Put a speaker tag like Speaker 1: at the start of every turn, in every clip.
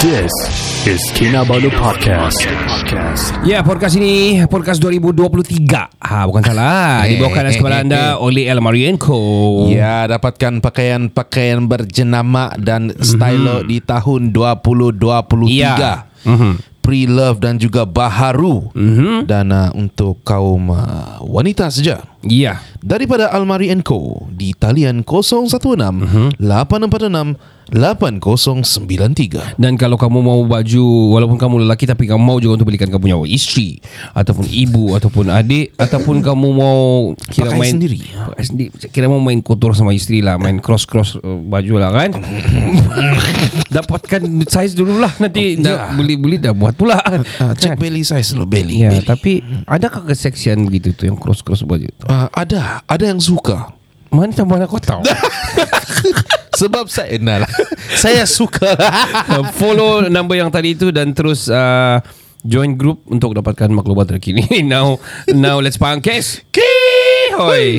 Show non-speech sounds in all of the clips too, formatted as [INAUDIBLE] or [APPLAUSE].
Speaker 1: this is Kinabalu Podcast. Podcast.
Speaker 2: Ya, podcast ini podcast 2023. Ha, bukan salah.
Speaker 3: Eh, eh,
Speaker 2: Dibawakan atas kepala
Speaker 3: eh,
Speaker 2: anda oleh Almarian Co.
Speaker 3: Ya, dapatkan pakaian-pakaian berjenama dan
Speaker 2: Mhm.
Speaker 3: stylo di tahun 2023.
Speaker 2: Ya.
Speaker 3: Pre-love dan juga baharu.
Speaker 2: Mhm.
Speaker 3: Dan uh, untuk kaum uh, wanita saja.
Speaker 2: Ya.
Speaker 3: Daripada Almari Co di talian 016
Speaker 2: Mhm.
Speaker 3: 846 8093.
Speaker 2: Dan kalau kamu mau baju Walaupun kamu lelaki Tapi kamu mau juga untuk belikan Kamu punya isteri Ataupun ibu Ataupun adik Ataupun
Speaker 3: [LAUGHS]
Speaker 2: kamu mau Kira
Speaker 3: Pakai
Speaker 2: main
Speaker 3: sendiri. Eh.
Speaker 2: pakai sendiri Kira mau main kotor sama isteri lah Main cross-cross uh, baju
Speaker 3: [LAUGHS]
Speaker 2: lah kan Dapatkan size dulu lah Nanti
Speaker 3: Oh, ya.
Speaker 2: dah beli-beli dah buat pula Kan?
Speaker 3: Uh, cek belly size lo belly.
Speaker 2: Ya
Speaker 3: belly.
Speaker 2: tapi Adakah keseksian begitu tu Yang cross-cross baju tu
Speaker 3: Uh, ada, ada yang
Speaker 2: [LAUGHS]
Speaker 3: suka.
Speaker 2: Mana tambah nak kau tahu
Speaker 3: Sebab saya [LAUGHS] nah lah. saya
Speaker 2: [LAUGHS]
Speaker 3: suka.
Speaker 2: [LAUGHS] Uh, Follow number yang tadi itu Dan terus uh, Join group Untuk dapatkan maklumat terkini [LAUGHS] Now Now let's pangkes Kee Hoi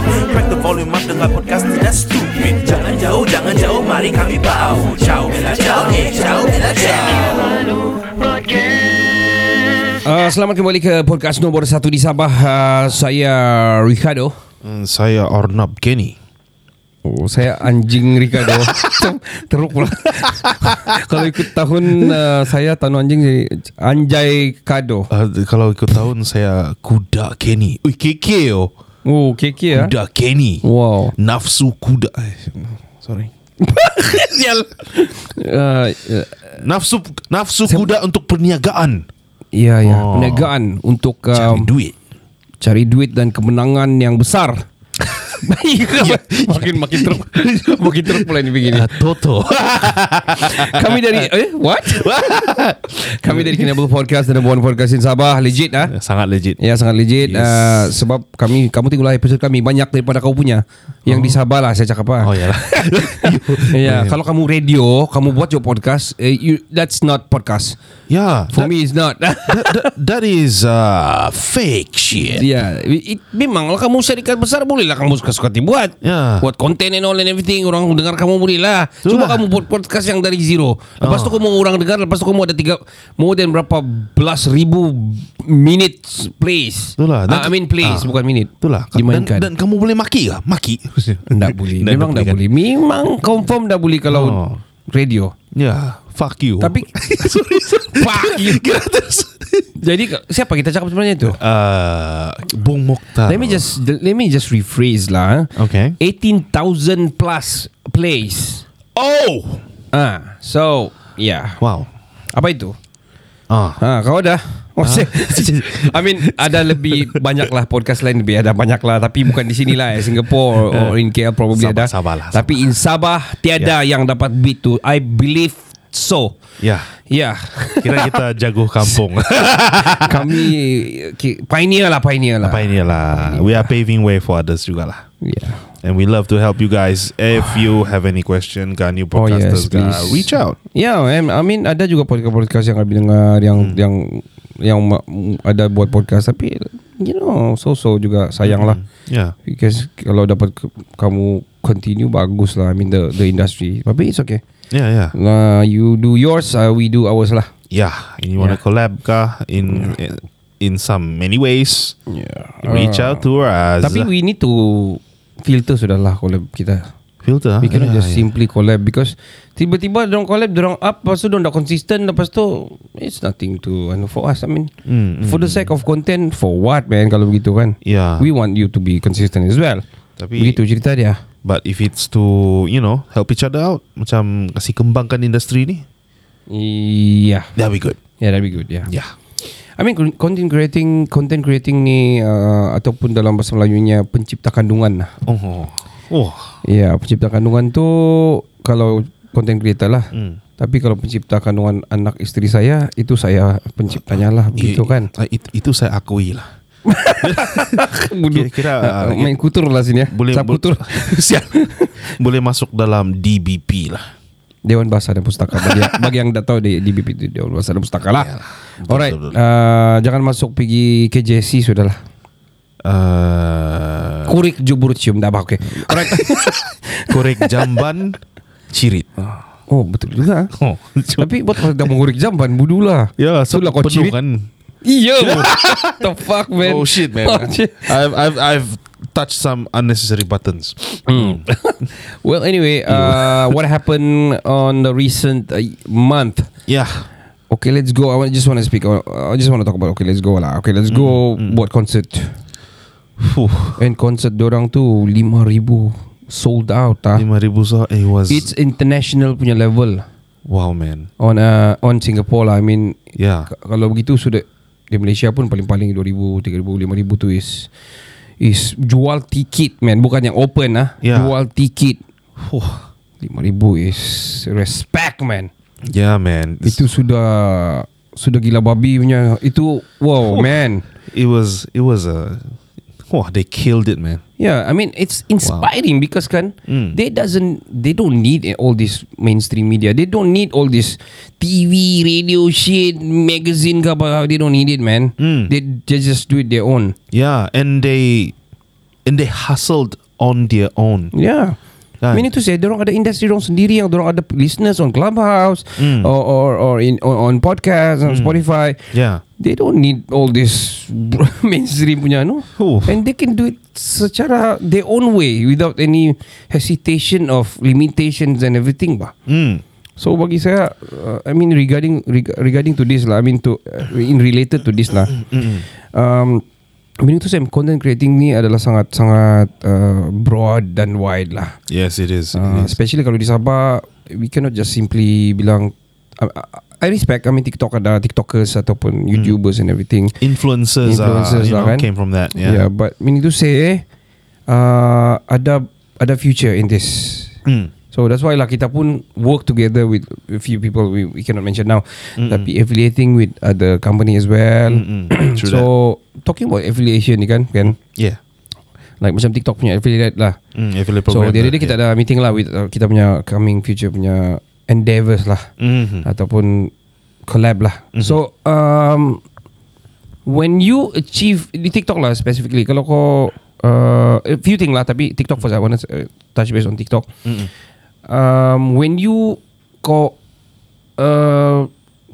Speaker 4: Crack the volume up dengan podcast tidak stupid Jangan jauh, jangan jauh, mari kami bau Ciao, bella ciao, eh ciao, bella ciao
Speaker 2: uh, Selamat kembali ke podcast nombor satu di Sabah uh, Saya Ricardo
Speaker 3: Hmm, saya Ornab Kenny.
Speaker 2: Oh, saya anjing Ricardo Macam [LAUGHS] Teruk pula [LAUGHS] Kalau ikut tahun uh, Saya tahun anjing jadi Anjay Kado
Speaker 3: Uh, kalau ikut tahun saya kuda Kenny. Ui keke yo.
Speaker 2: Oh keki ya
Speaker 3: Kuda Kenny.
Speaker 2: Wow
Speaker 3: Nafsu kuda. Eh, Sorry.
Speaker 2: uh, uh,
Speaker 3: Nafsu nafsu kuda untuk perniagaan.
Speaker 2: Ya ya
Speaker 3: Oh.
Speaker 2: Perniagaan Untuk
Speaker 3: Cari
Speaker 2: um,
Speaker 3: duit.
Speaker 2: cari duit dan kemenangan yang [LAUGHS] besar. Ya, makin makin teruk makin teruk pula ini begini.
Speaker 3: Uh, [LAUGHS] Toto.
Speaker 2: Kami [LAUGHS] dari eh what? Kami dari Kinabalu Podcast dan Buan Podcast in Sabah legit ah.
Speaker 3: Sangat legit.
Speaker 2: Ya [LAUGHS] sangat legit
Speaker 3: Yes.
Speaker 2: yes. uh, sebab kami kamu tengoklah episod kami banyak daripada kau punya yang di Sabah lah saya cakap apa.
Speaker 3: Oh yalah.
Speaker 2: [LAUGHS] Ya, kalau kamu radio, kamu buat your podcast, eh, you, that's not podcast.
Speaker 3: yeah.
Speaker 2: For me it's not.
Speaker 3: Ya. that, that, that is uh, fake shit.
Speaker 2: Ya, it, memanglah kamu syarikat besar bolehlah kamu suka-suka dibuat.
Speaker 3: Ya. lah.
Speaker 2: Buat konten and all and everything orang dengar kamu bolehlah. Cuba
Speaker 3: Itulah.
Speaker 2: kamu buat podcast yang dari zero. Lepas
Speaker 3: Oh.
Speaker 2: tu kamu orang dengar, lepas tu kamu ada tiga more than berapa belas ribu minutes plays.
Speaker 3: Itulah. Dan-
Speaker 2: Ah, I mean plays
Speaker 3: Ah.
Speaker 2: bukan minit.
Speaker 3: Itulah. Dan,
Speaker 2: Dimainkan.
Speaker 3: dan kamu boleh maki ke? Maki. [LAUGHS]
Speaker 2: tak boleh. Memang tak boleh. Memang confirm tak boleh kalau
Speaker 3: Oh.
Speaker 2: radio.
Speaker 3: Ya, yeah, fuck you. [LAUGHS]
Speaker 2: Tapi
Speaker 3: sorry. sorry.
Speaker 2: Fuck you. Jadi siapa kita cakap sebenarnya tu?
Speaker 3: [LAUGHS] Uh, Bung Mokhtar.
Speaker 2: Let me just let me just rephrase lah. eh.
Speaker 3: Okay.
Speaker 2: 18,000 plus plays.
Speaker 3: Oh.
Speaker 2: Ah, so yeah.
Speaker 3: Wow.
Speaker 2: Apa itu?
Speaker 3: Ah.
Speaker 2: Ah, kau dah. Oh, saya, [LAUGHS] I mean ada lebih banyak lah podcast lain lebih ada banyak lah tapi bukan di sini lah eh,
Speaker 3: [LAUGHS]
Speaker 2: Singapore or in KL probably
Speaker 3: Sabah-
Speaker 2: ada.
Speaker 3: Sabah Ya. lah,
Speaker 2: Tapi in Sabah tiada yang dapat beat tu. I believe so.
Speaker 3: Ya.
Speaker 2: Ya.
Speaker 3: Kira kita jago kampung.
Speaker 2: [LAUGHS] Kami ki- pioneer lah pioneer lah.
Speaker 3: Apa inilah. We are paving way for others juga lah.
Speaker 2: Yeah.
Speaker 3: And we love to help you guys. If you have any question, kan new
Speaker 2: Oh, yes,
Speaker 3: podcasters, kan,
Speaker 2: please.
Speaker 3: reach out.
Speaker 2: Ya, yeah, I mean ada juga podcast-podcast yang kami dengar yang hmm. yang yang ma- ada buat podcast tapi you know so-so juga sayang
Speaker 3: Hmm.
Speaker 2: lah.
Speaker 3: Yeah.
Speaker 2: Because kalau dapat ke- kamu continue bagus lah. I mean the the industry. Tapi it's okay.
Speaker 3: Yeah, yeah.
Speaker 2: Lah you do yours, uh, we do ours lah.
Speaker 3: Yeah. And you want to
Speaker 2: Yeah.
Speaker 3: collab kah in in some many ways?
Speaker 2: Yeah.
Speaker 3: Reach out to us.
Speaker 2: Uh, Tapi we need to filter sudahlah kalau kita.
Speaker 3: filter.
Speaker 2: We cannot
Speaker 3: yeah,
Speaker 2: just
Speaker 3: yeah.
Speaker 2: simply collab because tiba-tiba dorang collab, dorang up, lepas tu dorang dah consistent, lepas tu it's nothing to and for us. I mean, mm, for the sake of content, for what man kalau begitu kan?
Speaker 3: Yeah.
Speaker 2: We want you to be consistent as well.
Speaker 3: Ya. Tapi-
Speaker 2: begitu cerita dia.
Speaker 3: But if it's to You know Help each other out Macam Kasih kembangkan industri ni
Speaker 2: Yeah
Speaker 3: That'll be good
Speaker 2: Yeah that'd be good Yeah
Speaker 3: Yeah
Speaker 2: I mean con- content creating Content creating ni uh, Ataupun dalam bahasa Melayunya Pencipta kandungan lah
Speaker 3: Oh Oh
Speaker 2: Ya, pencipta kandungan tu kalau content creator lah. Hmm. Tapi kalau pencipta kandungan anak isteri saya itu saya penciptanya lah gitu kan.
Speaker 3: [LAUGHS] I- it, Itu saya akui lah
Speaker 2: Bodoh.
Speaker 3: kira-
Speaker 2: Ah, main kutur lah sini ya.
Speaker 3: Boleh
Speaker 2: Sab
Speaker 3: bo-
Speaker 2: [LAUGHS] kutur.
Speaker 3: Sial. Boleh masuk dalam DBP lah
Speaker 2: Dewan Bahasa dan Pustaka bagi, bagi yang tak tahu di DBP itu Dewan Bahasa dan Pustaka lah. Alright,
Speaker 3: betul,
Speaker 2: uh, jangan masuk pergi KJC sudahlah.
Speaker 3: uh,
Speaker 2: Kurik jubur cium dah apa okey. Alright. [LAUGHS]
Speaker 3: Korek jamban Cirit
Speaker 2: oh, betul juga.
Speaker 3: Oh.
Speaker 2: Tapi buat kalau dah mengurik jamban budulah.
Speaker 3: Ya so
Speaker 2: lah. Itulah kau
Speaker 3: penuh
Speaker 2: cirit.
Speaker 3: kan
Speaker 2: Iya. [LAUGHS] The fuck man.
Speaker 3: Oh shit man
Speaker 2: Oh, shit.
Speaker 3: I've, I've, I've touched some unnecessary buttons
Speaker 2: Well, anyway, uh, what happened on the recent uh, month?
Speaker 3: Yeah
Speaker 2: Okay, let's go. I want, just want to speak. on- I just want to talk about. Okay, let's go lah. Okay, let's go. Buat concert.
Speaker 3: Fuh
Speaker 2: And concert dorang tu 5,000 sold out. Ah.
Speaker 3: 5,000 so it was
Speaker 2: It's international punya level
Speaker 3: Wow man
Speaker 2: on uh, on Singapore lah. I mean,
Speaker 3: Yeah
Speaker 2: k- kalau begitu sudah di Malaysia pun paling-paling 2,000, 3,000, 5,000 tu is is jual tiket man, bukan yang open ah.
Speaker 3: Yeah.
Speaker 2: Jual tiket.
Speaker 3: Fuh
Speaker 2: 5,000 is respect man.
Speaker 3: Yeah man It's-
Speaker 2: Itu sudah sudah gila babi punya. Itu wow, man.
Speaker 3: It was It was a Wah they killed it man
Speaker 2: Yeah, I mean it's inspiring because kan they doesn't they don't need all this mainstream media. They don't need all this TV, radio shit, magazine ke apa. They don't need it, man. They, they just do it their own.
Speaker 3: Yeah and they And they hustled on their own
Speaker 2: Yeah.
Speaker 3: Kan?
Speaker 2: I mean itu Ya. saya dorong ada industri dorong sendiri yang dorong ada listeners on Clubhouse
Speaker 3: Hmm.
Speaker 2: or, or or in on, on podcast on Spotify.
Speaker 3: Yeah
Speaker 2: They don't need all this [LAUGHS] mainstream punya no.
Speaker 3: Oof.
Speaker 2: And they can do it secara their own way without any hesitation of limitations and everything bah.
Speaker 3: mm.
Speaker 2: So bagi saya uh, I mean regarding reg- regarding to this lah I mean to uh, in related to this lah.
Speaker 3: Mm,
Speaker 2: Um I mean itu saya content creating ni adalah sangat sangat uh, broad dan wide lah.
Speaker 3: Yes it is
Speaker 2: Uh, especially kalau di Sabah we cannot just simply bilang I, I- I respect I mean TikTok ada TikTokers ataupun YouTubers and everything.
Speaker 3: Hmm. Influencers, are,
Speaker 2: Influencers
Speaker 3: you
Speaker 2: lah
Speaker 3: know,
Speaker 2: kan?
Speaker 3: Came from that
Speaker 2: Yeah,
Speaker 3: Yeah,
Speaker 2: but we need to say eh, uh, ada ada future in this.
Speaker 3: Mm.
Speaker 2: So that's why lah kita pun work together with a few people we, we cannot mention now. Tapi affiliating with other company as well.
Speaker 3: Mm-mm. True
Speaker 2: so talking about affiliation ni kan kan
Speaker 3: Yeah
Speaker 2: like macam TikTok punya affiliate lah.
Speaker 3: mm, affiliate
Speaker 2: So
Speaker 3: program
Speaker 2: the other
Speaker 3: lah,
Speaker 2: day kita
Speaker 3: yeah.
Speaker 2: ada meeting lah with uh, kita punya coming future punya endeavors lah
Speaker 3: Mhm.
Speaker 2: ataupun collab lah. So um, when you achieve di TikTok lah specifically kalau kau uh, a few thing lah tapi TikTok first I want to uh, touch base on TikTok.
Speaker 3: Mhm.
Speaker 2: Um, when you kau uh,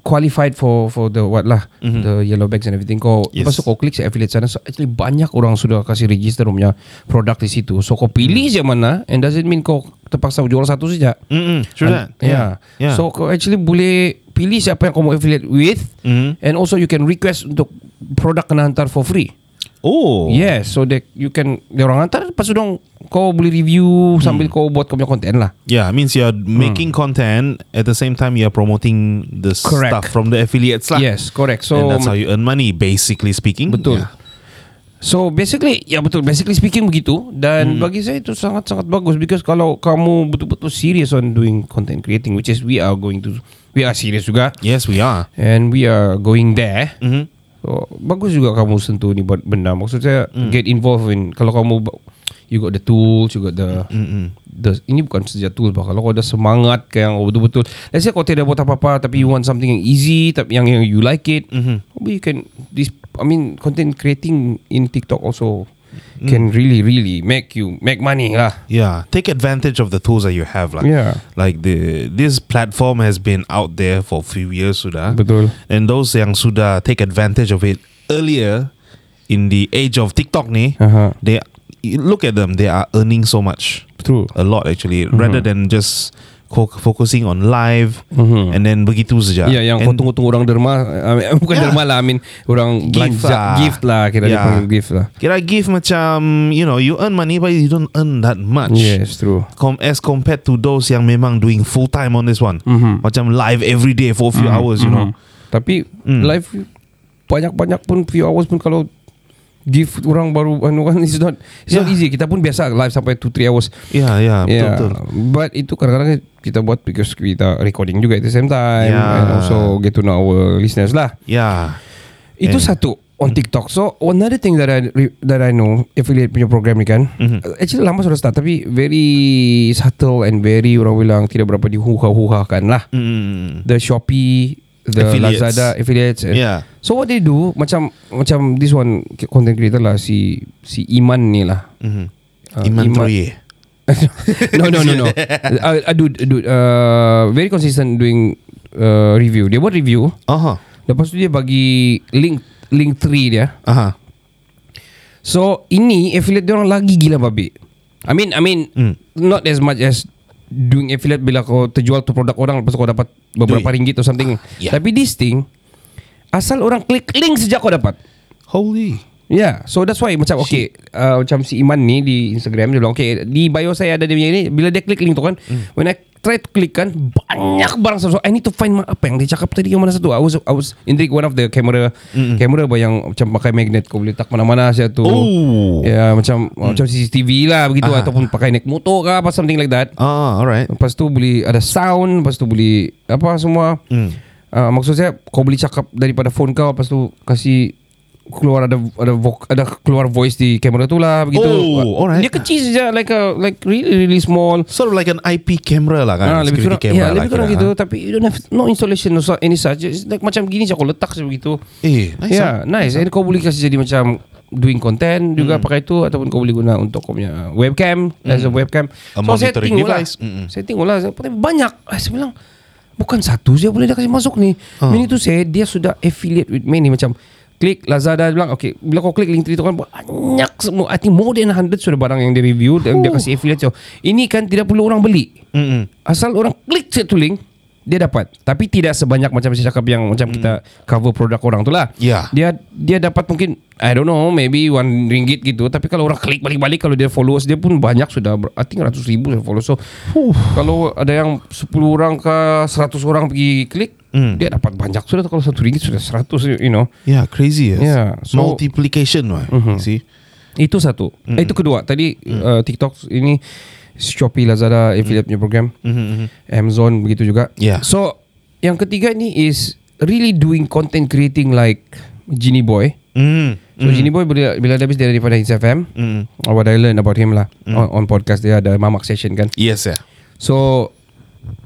Speaker 2: qualified for for the what lah the yellow bags and everything kau
Speaker 3: Mhm. Yes.
Speaker 2: lepas tu kau klik saya affiliate sana so actually banyak orang sudah kasih register dia punya produk di situ so kau pilih je mana and doesn't mean kau terpaksa jual satu saja
Speaker 3: Mm-mm, True that
Speaker 2: Yeah.
Speaker 3: Yeah.
Speaker 2: So kau actually boleh pilih siapa yang kau mau affiliate with
Speaker 3: Mhm.
Speaker 2: and also you can request untuk produk kena hantar for free.
Speaker 3: Oh
Speaker 2: Yes, so that you can dia orang hantar lepas tu dong kau boleh review
Speaker 3: Mm.
Speaker 2: sambil kau buat kau punya content lah.
Speaker 3: Yeah, it means you're
Speaker 2: Hmm.
Speaker 3: making content at the same time you're promoting the
Speaker 2: Correct.
Speaker 3: stuff from the affiliates lah.
Speaker 2: Yes, correct. So
Speaker 3: and that's how you earn money, basically speaking.
Speaker 2: betul.
Speaker 3: Yeah.
Speaker 2: So basically ya betul basically speaking begitu dan
Speaker 3: Mm.
Speaker 2: bagi saya itu sangat-sangat bagus because kalau kamu betul-betul serious on doing content creating which is we are going to we are serious juga.
Speaker 3: Yes, we are. Hmm?
Speaker 2: And we are going there
Speaker 3: Mm-hmm.
Speaker 2: So Oh, Bagus juga kamu sentuh ni buat benda Maksud saya
Speaker 3: Hmm.
Speaker 2: Get involved in Kalau kamu ba- You got the tools You got
Speaker 3: Mm,
Speaker 2: the, the Ini bukan saja tools bah. Kalau kau ada semangat ke Yang kau betul-betul Let's say kau tidak buat apa-apa Tapi you want something yang easy tapi Yang, yang you like it
Speaker 3: Mm-hmm.
Speaker 2: Maybe you can this, I mean Content creating In TikTok also
Speaker 3: Mm.
Speaker 2: Can really really Make you Make money lah
Speaker 3: Yeah, take advantage of the tools that you have. Like,
Speaker 2: Yeah.
Speaker 3: like the this platform has been out there for a few years sudah.
Speaker 2: Betul.
Speaker 3: And those yang sudah take advantage of it earlier in the age of TikTok ni,
Speaker 2: Aha.
Speaker 3: they you look at them, they are earning so much.
Speaker 2: True Mm-hmm.
Speaker 3: a lot actually rather than just co- focusing on live mm-hmm. and then begitu saja.
Speaker 2: Ya yang kau
Speaker 3: and,
Speaker 2: tunggu-tunggu orang derma I mean, [LAUGHS] Bukan
Speaker 3: Ya.
Speaker 2: derma lah I mean Orang
Speaker 3: Gift
Speaker 2: belanja
Speaker 3: lah.
Speaker 2: Gift lah Kira
Speaker 3: Ya.
Speaker 2: dia panggil gift lah
Speaker 3: Kira give macam You know You earn money But you don't earn that much
Speaker 2: Yes true
Speaker 3: Com- As compared to those Yang memang doing full time On this one
Speaker 2: Mm.
Speaker 3: mm-hmm. Macam live every day For a few mm-hmm. hours You know Mm.
Speaker 2: Tapi Live Banyak-banyak pun Few hours pun kalau Give orang baru anu kan It's not It's
Speaker 3: Ya.
Speaker 2: not easy Kita pun biasa live Sampai 2-3 hours
Speaker 3: Ya yeah, ya yeah,
Speaker 2: Yeah,
Speaker 3: Betul-betul
Speaker 2: but itu kadang-kadang kita buat because kita recording juga at the same time
Speaker 3: Yeah.
Speaker 2: and also get to know our listeners lah.
Speaker 3: Ya
Speaker 2: Itu
Speaker 3: Eh.
Speaker 2: satu on TikTok. So another thing that I re- that I know affiliate punya program ni kan. Mm-hmm. Actually lama sudah start tapi very subtle and very orang bilang tidak berapa dihuha-huhakan lah.
Speaker 3: yeah. mm.
Speaker 2: The Shopee, the
Speaker 3: Affiliates.
Speaker 2: Lazada affiliates. and-
Speaker 3: Yeah.
Speaker 2: So what they do macam macam this one content creator lah si si Iman ni lah.
Speaker 3: [LAUGHS] Mm-hmm.
Speaker 2: Uh,
Speaker 3: Iman Troye
Speaker 2: no no no
Speaker 3: [LAUGHS]
Speaker 2: no. Uh, uh, dude, dude, uh, very consistent doing uh, review. Dia buat review.
Speaker 3: Aha
Speaker 2: Lepas tu dia bagi link link tree dia.
Speaker 3: Aha
Speaker 2: So ini affiliate dia orang lagi gila babi. I mean I mean
Speaker 3: Hmm.
Speaker 2: not as much as doing affiliate bila kau terjual tu produk orang lepas tu kau dapat beberapa
Speaker 3: Duit.
Speaker 2: ringgit or something.
Speaker 3: Ya.
Speaker 2: Tapi this thing asal orang klik link sejak kau dapat.
Speaker 3: Holy
Speaker 2: Yeah, so that's why macam okay, uh, macam si Iman ni di Instagram dia bilang okay, di bio saya ada dia punya ni bila dia klik link tu kan,
Speaker 3: Hmm.
Speaker 2: when I try to click kan banyak barang sesuatu. I need to find ma- apa yang dia cakap tadi yang mana satu. I was I was intrigued one of the camera camera bah yang macam pakai magnet kau boleh tak mana-mana saya tu.
Speaker 3: Hmm. Oh.
Speaker 2: Ya, macam macam CCTV lah begitu
Speaker 3: Aha.
Speaker 2: ataupun pakai naik motor ke apa something like that.
Speaker 3: Ah alright
Speaker 2: Lepas tu beli ada sound, lepas tu beli apa semua. Hmm. Uh, maksud saya kau beli cakap daripada phone kau lepas tu kasih keluar ada ada vo- ada keluar voice di kamera tu lah begitu.
Speaker 3: Oh, alright.
Speaker 2: Dia kecil saja like a like really really small.
Speaker 3: Sort of like an IP camera lah kan
Speaker 2: Ah, lebih
Speaker 3: Security
Speaker 2: kurang,
Speaker 3: camera
Speaker 2: ya,
Speaker 3: lah
Speaker 2: lebih kurang
Speaker 3: kira,
Speaker 2: gitu
Speaker 3: ha?
Speaker 2: tapi you don't have no installation or so- any such It's like, macam gini je kau letak je begitu
Speaker 3: Eh nice ah.
Speaker 2: nice, yeah, Ya,
Speaker 3: Hmm.
Speaker 2: nice. And kau boleh kasi jadi macam doing content juga pakai itu ataupun kau boleh guna untuk kau punya uh, webcam as a webcam.
Speaker 3: A monitoring device. Hmm,
Speaker 2: Lah,
Speaker 3: Mm-mm.
Speaker 2: Saya tengok lah. Saya tengok banyak. Ah, Saya bilang bukan satu saja boleh dia kasih masuk ni.
Speaker 3: Ah.
Speaker 2: Uh. Ini tu saya dia sudah affiliate with many macam klik Lazada dia bilang okay bila kau klik link tadi tu kan banyak semua I think more than 100 sudah barang yang dia review dan dia kasih affiliate so ini kan tidak perlu orang beli
Speaker 3: Mm-mm.
Speaker 2: asal orang klik je tu link dia dapat tapi tidak sebanyak macam saya cakap yang macam kita cover produk orang tu lah
Speaker 3: Ya.
Speaker 2: dia dia dapat mungkin I don't know maybe one ringgit gitu tapi kalau orang klik balik-balik kalau dia followers dia pun banyak sudah ber- I think ratus ribu sudah follow so kalau ada yang 10 orang ke 100 orang pergi klik dia dapat banyak sudah kalau satu ringgit sudah 100 you know
Speaker 3: Yeah crazy yes.
Speaker 2: Yeah, so-
Speaker 3: Multiplication lah mm-hmm. See
Speaker 2: itu satu mm itu kedua tadi uh, TikTok ini Shopee Lazada affiliate punya program Amazon begitu juga
Speaker 3: Yeah.
Speaker 2: so yang ketiga ni is really doing content creating like Genie Boy
Speaker 3: mm.
Speaker 2: So Genie Boy bila, bila dia habis dia daripada Hits FM
Speaker 3: Mm-hmm.
Speaker 2: mm. What I learn about him lah on, on podcast dia ada Mamak Session kan
Speaker 3: Yes yeah.
Speaker 2: So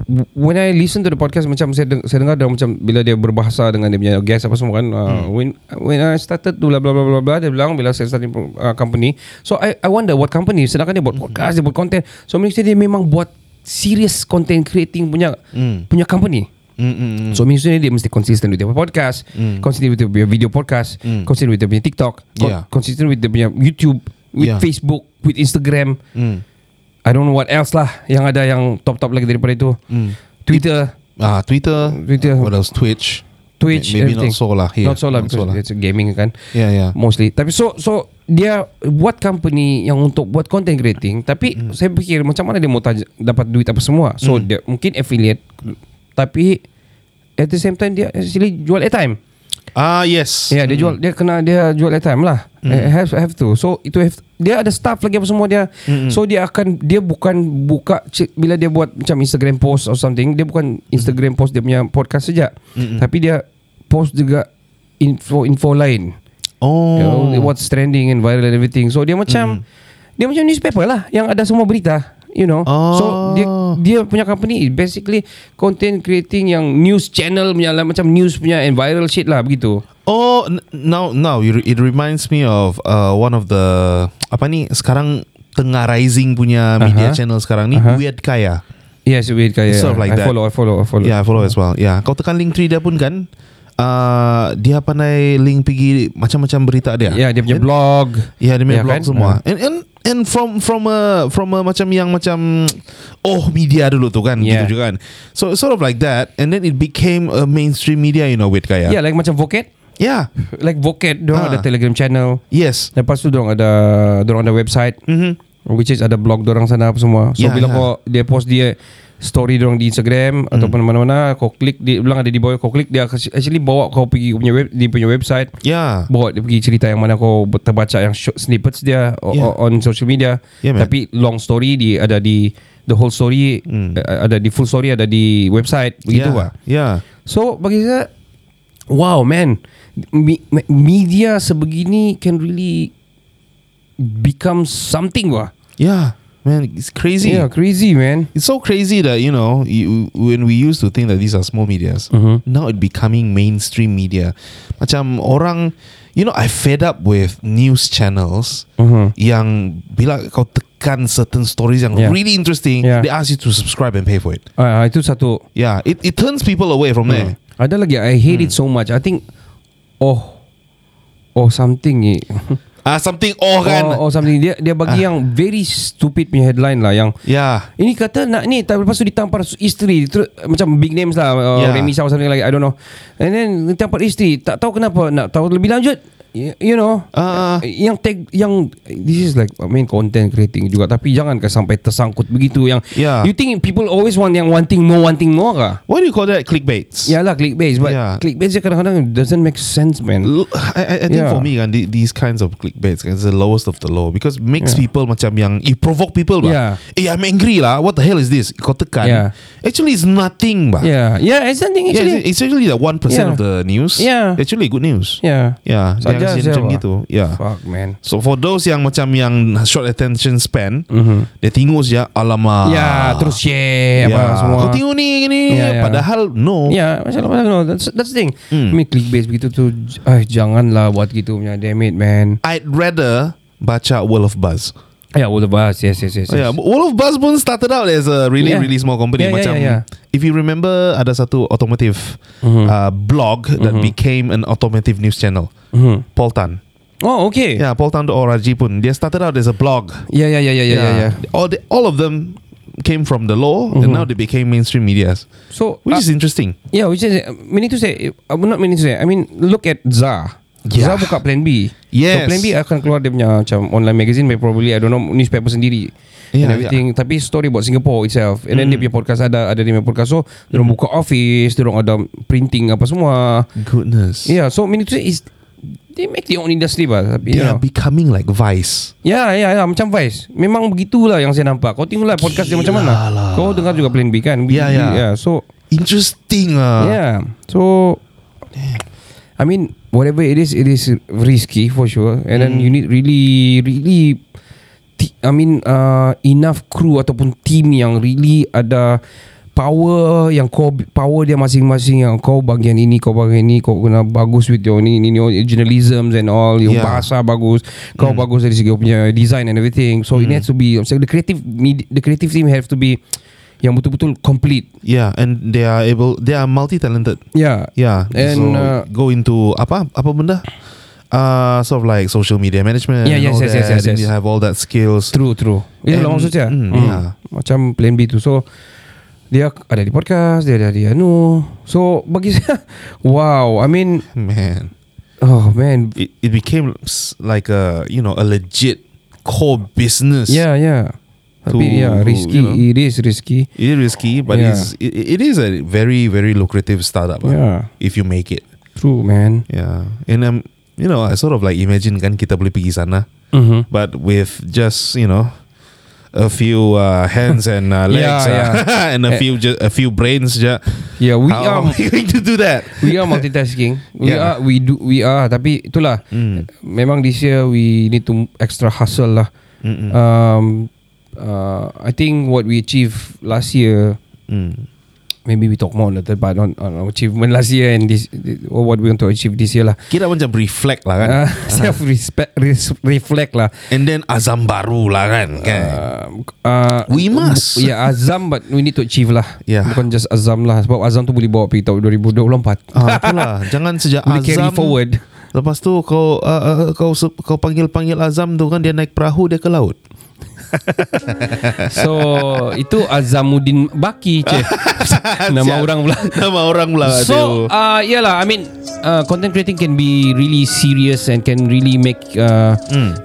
Speaker 2: w- When I listen to the podcast Macam saya, deng- saya dengar dia macam Bila dia berbahasa dengan dia punya guest apa semua kan uh,
Speaker 3: Hmm.
Speaker 2: when, when I started do bla bla bla bla bla Dia bilang bila saya starting uh, company So I, I wonder what company Sedangkan dia buat
Speaker 3: Hmm.
Speaker 2: podcast Dia buat content So make sure dia memang buat Serious content creating punya
Speaker 3: Hmm.
Speaker 2: Punya company
Speaker 3: Mm-mm.
Speaker 2: So maksudnya dia mesti consistent with dia punya podcast
Speaker 3: Hmm.
Speaker 2: Consistent with dia punya video podcast Consistent with dia punya TikTok con-
Speaker 3: Yeah.
Speaker 2: Consistent with dia punya YouTube With
Speaker 3: Yeah.
Speaker 2: Facebook With Instagram
Speaker 3: Mm.
Speaker 2: I don't know what else lah Yang ada yang top-top lagi daripada itu
Speaker 3: Hmm.
Speaker 2: Twitter
Speaker 3: Ah, Twitter,
Speaker 2: Twitter.
Speaker 3: What else? Twitch,
Speaker 2: Twitch
Speaker 3: Maybe
Speaker 2: everything.
Speaker 3: not so lah. Yeah,
Speaker 2: Not so lah Because it's gaming kan
Speaker 3: Yeah, yeah.
Speaker 2: Mostly Tapi so so Dia buat company Yang untuk buat content creating Tapi
Speaker 3: Hmm.
Speaker 2: saya fikir Macam mana dia mau taj- dapat duit apa semua So dia mungkin affiliate Tapi At the same time Dia actually jual airtime
Speaker 3: Ah yes. Hmm.
Speaker 2: Ya yeah, dia jual dia kena dia jual airtime lah. I have I have to. So itu have, dia ada staff lagi apa semua dia.
Speaker 3: Hmm.
Speaker 2: So dia akan dia bukan buka c- bila dia buat macam Instagram post or something, dia bukan
Speaker 3: Hmm.
Speaker 2: Instagram post dia punya podcast saja. Tapi dia post juga info-info lain.
Speaker 3: Oh. Hmm.
Speaker 2: You know, what's trending and viral and everything. So dia macam dia macam newspaper lah yang ada semua berita. You know, so dia
Speaker 3: Oh.
Speaker 2: dia punya company is basically content creating yang news channel punya lah, macam news punya and viral shit lah begitu.
Speaker 3: Oh, n- now now you re- it reminds me of uh, one of the apa ni sekarang tengah rising punya media
Speaker 2: Aha.
Speaker 3: channel sekarang ni
Speaker 2: Aha.
Speaker 3: Weird Kaya.
Speaker 2: Yes, wait, yeah,
Speaker 3: It's sort of like
Speaker 2: I
Speaker 3: that.
Speaker 2: follow, I follow, I follow.
Speaker 3: Yeah, I follow as well. Yeah, kau tekan link tree dia pun kan uh, dia pandai link pergi macam-macam berita dia.
Speaker 2: yeah, dia punya
Speaker 3: And-
Speaker 2: blog.
Speaker 3: Ya dia punya
Speaker 2: Ya
Speaker 3: blog
Speaker 2: kan?
Speaker 3: semua And, and And from from a from a macam yang macam oh media dulu tu kan
Speaker 2: Yeah.
Speaker 3: gitu juga kan. So it's sort of like that and then it became a mainstream media in a way kaya.
Speaker 2: Yeah, like macam Vocat.
Speaker 3: Yeah.
Speaker 2: Like Vocat,
Speaker 3: Ah.
Speaker 2: diorang ada Telegram channel.
Speaker 3: Yes.
Speaker 2: Lepas tu diorang ada diorang ada website.
Speaker 3: Mhm.
Speaker 2: Which is ada blog dorang sana apa semua. So
Speaker 3: Ya, ya.
Speaker 2: bila kau dia post dia story dorang di
Speaker 3: Hmm.
Speaker 2: Instagram ataupun mana-mana kau klik dia bilang ada di bawah kau klik dia akan- actually bawa kau pergi punya web dia punya website.
Speaker 3: Yeah.
Speaker 2: Bawa dia pergi cerita yang mana kau terbaca yang short snippets dia o-
Speaker 3: Ya.
Speaker 2: o- on social media.
Speaker 3: Ya, man.
Speaker 2: Tapi long story di ada di the whole story
Speaker 3: Hmm.
Speaker 2: eh, ada di full story ada di website
Speaker 3: yeah.
Speaker 2: begitu yeah.
Speaker 3: Yeah.
Speaker 2: So bagi saya Wow man Me- me- Media sebegini Can really Become something wah
Speaker 3: Yeah. Man, it's crazy.
Speaker 2: Yeah crazy man
Speaker 3: It's so crazy that you know you, when we used to think that these are small medias,
Speaker 2: Mm-hmm.
Speaker 3: now it becoming mainstream media. Macam orang, you know, I fed up with news channels yang bila kau tekan certain stories yang
Speaker 2: Yeah.
Speaker 3: really interesting,
Speaker 2: Yeah.
Speaker 3: they ask you to subscribe and pay for it.
Speaker 2: Ah, Itu satu
Speaker 3: Yeah, it, it turns people away from there.
Speaker 2: Ada lagi I hate
Speaker 3: Hmm.
Speaker 2: it so much I think Oh Oh something eh. [LAUGHS]
Speaker 3: Ah, something oh kan. Ah.
Speaker 2: Oh, oh something Dia dia bagi yang Very stupid punya headline lah Yang
Speaker 3: Yeah,
Speaker 2: Ini kata nak ni tapi Lepas tu ditampar su- isteri terus, uh, Macam big names lah uh,
Speaker 3: Yeah.
Speaker 2: yeah. Remy Shaw something like that, I don't know And then ditampar isteri Tak tahu kenapa Nak tahu lebih lanjut y- You know
Speaker 3: Ah, ah.
Speaker 2: Yang tag Yang This is like I mean content creating juga Tapi jangan ke sampai tersangkut begitu Yang
Speaker 3: Yeah.
Speaker 2: You think people always want Yang wanting more Wanting more kah?
Speaker 3: what do you call that? Clickbaits.
Speaker 2: Yalah clickbait But
Speaker 3: Yeah.
Speaker 2: yeah. clickbait je kadang-kadang Doesn't make sense man
Speaker 3: L- I, I- I think
Speaker 2: Yeah.
Speaker 3: for me kan the- these kinds of clickbaits kan, is the lowest of the low because makes
Speaker 2: Yeah.
Speaker 3: people macam yang it provoke people
Speaker 2: Yeah.
Speaker 3: bah. Eh I'm angry lah. What the hell is this? Kau tekan.
Speaker 2: Yeah.
Speaker 3: Actually it's nothing bah.
Speaker 2: Yeah Yeah Ya. it's something
Speaker 3: Yeah,
Speaker 2: actually
Speaker 3: it's, it's actually the one of
Speaker 2: Yeah.
Speaker 3: the news.
Speaker 2: Yeah.
Speaker 3: Actually good news.
Speaker 2: Yeah,
Speaker 3: Yeah. dia
Speaker 2: Saja
Speaker 3: kasi
Speaker 2: je
Speaker 3: macam
Speaker 2: bah.
Speaker 3: gitu. Yeah.
Speaker 2: Fuck man
Speaker 3: So for those yang macam yang short attention span, dia tengok je alamak.
Speaker 2: Mm-hmm. Ya terus share apa
Speaker 3: Yeah.
Speaker 2: semua
Speaker 3: Ah. Kau tengok ni gini.
Speaker 2: Yeah, yeah.
Speaker 3: Padahal no.
Speaker 2: Ya, macam mana no, that's, that's the thing.
Speaker 3: Hmm.
Speaker 2: Mm. I mean, clickbait begitu tu, j- ay, janganlah buat gitu punya. Damn it, man.
Speaker 3: I'd rather baca World of Buzz.
Speaker 2: Ya, yeah, all of us. Yes, yes, yes.
Speaker 3: Oh, yeah,
Speaker 2: yes.
Speaker 3: but all of Buzzbone started out as a really
Speaker 2: Yeah.
Speaker 3: really small company.
Speaker 2: Yeah, yeah,
Speaker 3: Macam,
Speaker 2: yeah,
Speaker 3: If you remember, ada satu automotive
Speaker 2: Hmm. Mm-hmm.
Speaker 3: uh, blog that became an automotive news channel. Paul Tan.
Speaker 2: Mm-hmm. Oh, okay.
Speaker 3: Yeah, paultan.org pun. They started out as a blog.
Speaker 2: Ya, ya, ya, ya, ya, ya.
Speaker 3: All the, all of them came from the law,
Speaker 2: Mm-hmm.
Speaker 3: and now they became mainstream medias,
Speaker 2: So,
Speaker 3: which
Speaker 2: uh,
Speaker 3: is interesting.
Speaker 2: yeah, which is meaning to say, I'm not meaning to say. I mean, look at Za.
Speaker 3: Yeah.
Speaker 2: Za buka Plan B.
Speaker 3: Yes.
Speaker 2: So Plan B akan keluar dia punya macam online magazine, maybe probably I don't know newspaper sendiri.
Speaker 3: Yeah, Mm.
Speaker 2: and everything Tapi story about Singapore itself And then dia punya podcast ada Ada dia punya podcast So mm. Diorang buka office Diorang ada printing apa semua
Speaker 3: Goodness.
Speaker 2: Yeah, so meaning to say is they make their own industry lah. Tapi,
Speaker 3: They
Speaker 2: you
Speaker 3: are
Speaker 2: know.
Speaker 3: becoming like Vice.
Speaker 2: Ya, ya, ya, macam Vice. Memang begitulah yang saya nampak. Kau tengoklah podcast dia macam mana.
Speaker 3: Gila lah.
Speaker 2: Kau dengar juga Plan B kan?
Speaker 3: Ya, ya.
Speaker 2: yeah. So,
Speaker 3: Interesting. ah.
Speaker 2: yeah. So, I mean, whatever it is, it is risky for sure.
Speaker 3: Hmm.
Speaker 2: And then you need really, really, ti- I mean, uh, enough crew ataupun team yang really ada power yang kau power dia masing-masing yang kau bagian ini kau bagian ini kau kena bagus with your ni ni ni your journalism and all your
Speaker 3: Yeah. Hmm.
Speaker 2: bahasa bagus kau bagus dari segi kau punya design and everything so it needs to be so the creative medi- the creative team have to be yang betul-betul complete
Speaker 3: Yeah, and they are able. They are multi-talented.
Speaker 2: yeah
Speaker 3: Yeah, so
Speaker 2: And, uh,
Speaker 3: go into apa apa benda? Uh, sort of like social media management.
Speaker 2: Yeah,
Speaker 3: and
Speaker 2: yes,
Speaker 3: all
Speaker 2: yes,
Speaker 3: that,
Speaker 2: yes, yes,
Speaker 3: and You
Speaker 2: yes.
Speaker 3: have all that skills.
Speaker 2: True true Itu lah
Speaker 3: And-
Speaker 2: maksud saya
Speaker 3: mm,
Speaker 2: hmm,
Speaker 3: yeah.
Speaker 2: Macam plan B tu So Dia ada di podcast Dia ada di anu So bagi [LAUGHS] saya Wow I mean
Speaker 3: Man,
Speaker 2: Oh man
Speaker 3: it, it became s- like a you know a legit core business.
Speaker 2: Yeah yeah
Speaker 3: To-
Speaker 2: Tapi yeah
Speaker 3: you
Speaker 2: Risky
Speaker 3: know.
Speaker 2: It is risky
Speaker 3: it is risky, but
Speaker 2: Yeah.
Speaker 3: it's it, it is a very very lucrative startup. ah,
Speaker 2: Yeah.
Speaker 3: if you make it.
Speaker 2: True man
Speaker 3: Yeah, and um, you know, I sort of like imagine kan kita boleh pergi sana,
Speaker 2: Mhm.
Speaker 3: but with just you know a few uh, hands and uh, legs
Speaker 2: [LAUGHS] Yeah,
Speaker 3: ah, [LAUGHS]
Speaker 2: yeah.
Speaker 3: and a
Speaker 2: Eh.
Speaker 3: few ju- a few brains. Ja.
Speaker 2: Yeah we
Speaker 3: How are
Speaker 2: are
Speaker 3: we going to do that?
Speaker 2: We are
Speaker 3: [LAUGHS]
Speaker 2: multitasking We
Speaker 3: Yeah. Mm.
Speaker 2: are We do We are Tapi itulah Memang this year We need to Extra hustle lah um, uh, I think what we achieve Last year
Speaker 3: Mm.
Speaker 2: maybe we talk more later but on, on our achievement last year and this or what we want to achieve
Speaker 3: [LAUGHS]
Speaker 2: this year lah
Speaker 3: Kita macam reflect lah kan,
Speaker 2: [LAUGHS] uh, self respect res, reflect lah
Speaker 3: and then azam baru lah kan. kan?
Speaker 2: uh, uh,
Speaker 3: We must.
Speaker 2: bu- yeah azam but we need to achieve lah
Speaker 3: Yeah.
Speaker 2: bukan just azam lah sebab azam tu boleh bawa pergi tahun 2024
Speaker 3: Ah, itulah. [LAUGHS] Jangan sejak
Speaker 2: Boleh
Speaker 3: azam
Speaker 2: carry
Speaker 3: [LAUGHS]
Speaker 2: forward.
Speaker 3: ah, Lepas tu kau uh, uh, kau se- kau panggil panggil azam tu kan dia naik perahu dia ke laut.
Speaker 2: So Itu Azamuddin Baki
Speaker 3: [LAUGHS]
Speaker 2: cik. Nama
Speaker 3: Siap.
Speaker 2: orang pula
Speaker 3: [LAUGHS] Nama orang pula
Speaker 2: So
Speaker 3: aduh.
Speaker 2: uh, Yalah I mean uh, Content creating can be Really serious And can really make uh,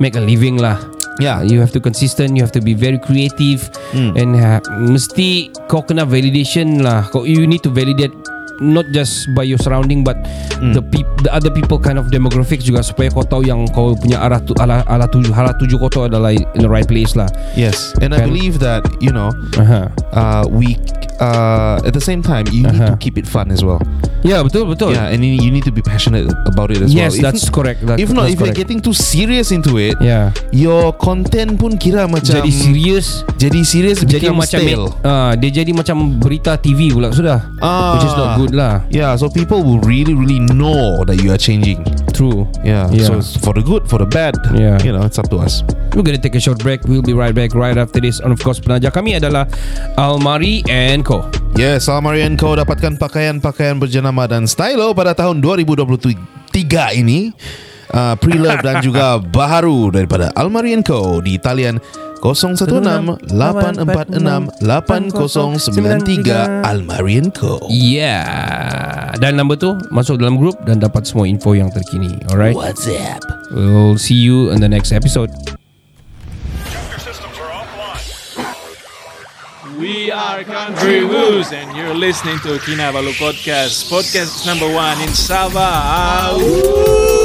Speaker 2: Make a living lah
Speaker 3: Hmm. Yeah. Hmm.
Speaker 2: You have to consistent You have to be very creative And uh, Mesti Kau kena validation lah kau, You need to validate Not just by your surrounding But
Speaker 3: Hmm.
Speaker 2: the, peop- the other people Kind of demographics juga Supaya kau tahu yang Kau punya arah tu, ala, ala tuju Arah tuju kau tu adalah In the right place lah
Speaker 3: Yes And I
Speaker 2: Kan.
Speaker 3: believe that You know
Speaker 2: Aha.
Speaker 3: uh, We uh, At the same time You need to
Speaker 2: Uh-huh.
Speaker 3: keep it fun as well
Speaker 2: Ya yeah, betul betul
Speaker 3: Yeah and you, you need to be passionate About it as
Speaker 2: Yes
Speaker 3: well
Speaker 2: that's correct that,
Speaker 3: If not If
Speaker 2: that's
Speaker 3: you're getting too serious into it
Speaker 2: Yeah
Speaker 3: Your content pun kira macam
Speaker 2: Jadi serius
Speaker 3: Jadi serious
Speaker 2: jadi
Speaker 3: become
Speaker 2: macam
Speaker 3: stale.
Speaker 2: uh, dia jadi macam berita TV pula sudah
Speaker 3: Ah.
Speaker 2: which is not good lah
Speaker 3: Yeah, so people will really, really know that you are changing.
Speaker 2: true
Speaker 3: Yeah,
Speaker 2: yeah.
Speaker 3: so it's for the good, for the bad,
Speaker 2: Yeah.
Speaker 3: you know, it's up to us.
Speaker 2: we're gonna take a short break we'll be right back right after this and of course penaja kami adalah Almari and Co
Speaker 3: Yes, Almarian Co dapatkan pakaian-pakaian berjenama dan stylo pada tahun 2023 ini. Uh, Pre-love dan
Speaker 2: [LAUGHS]
Speaker 3: juga baharu daripada Almarian Co di talian 016 846 8093 Almarian Co.
Speaker 2: yeah dan nombor tu masuk dalam grup dan dapat semua info yang terkini alright
Speaker 3: WhatsApp.
Speaker 2: we'll see you in the next episode
Speaker 5: We are Country Woos, and you're listening to Kinabalu Podcast, podcast number one in Sabah. Au!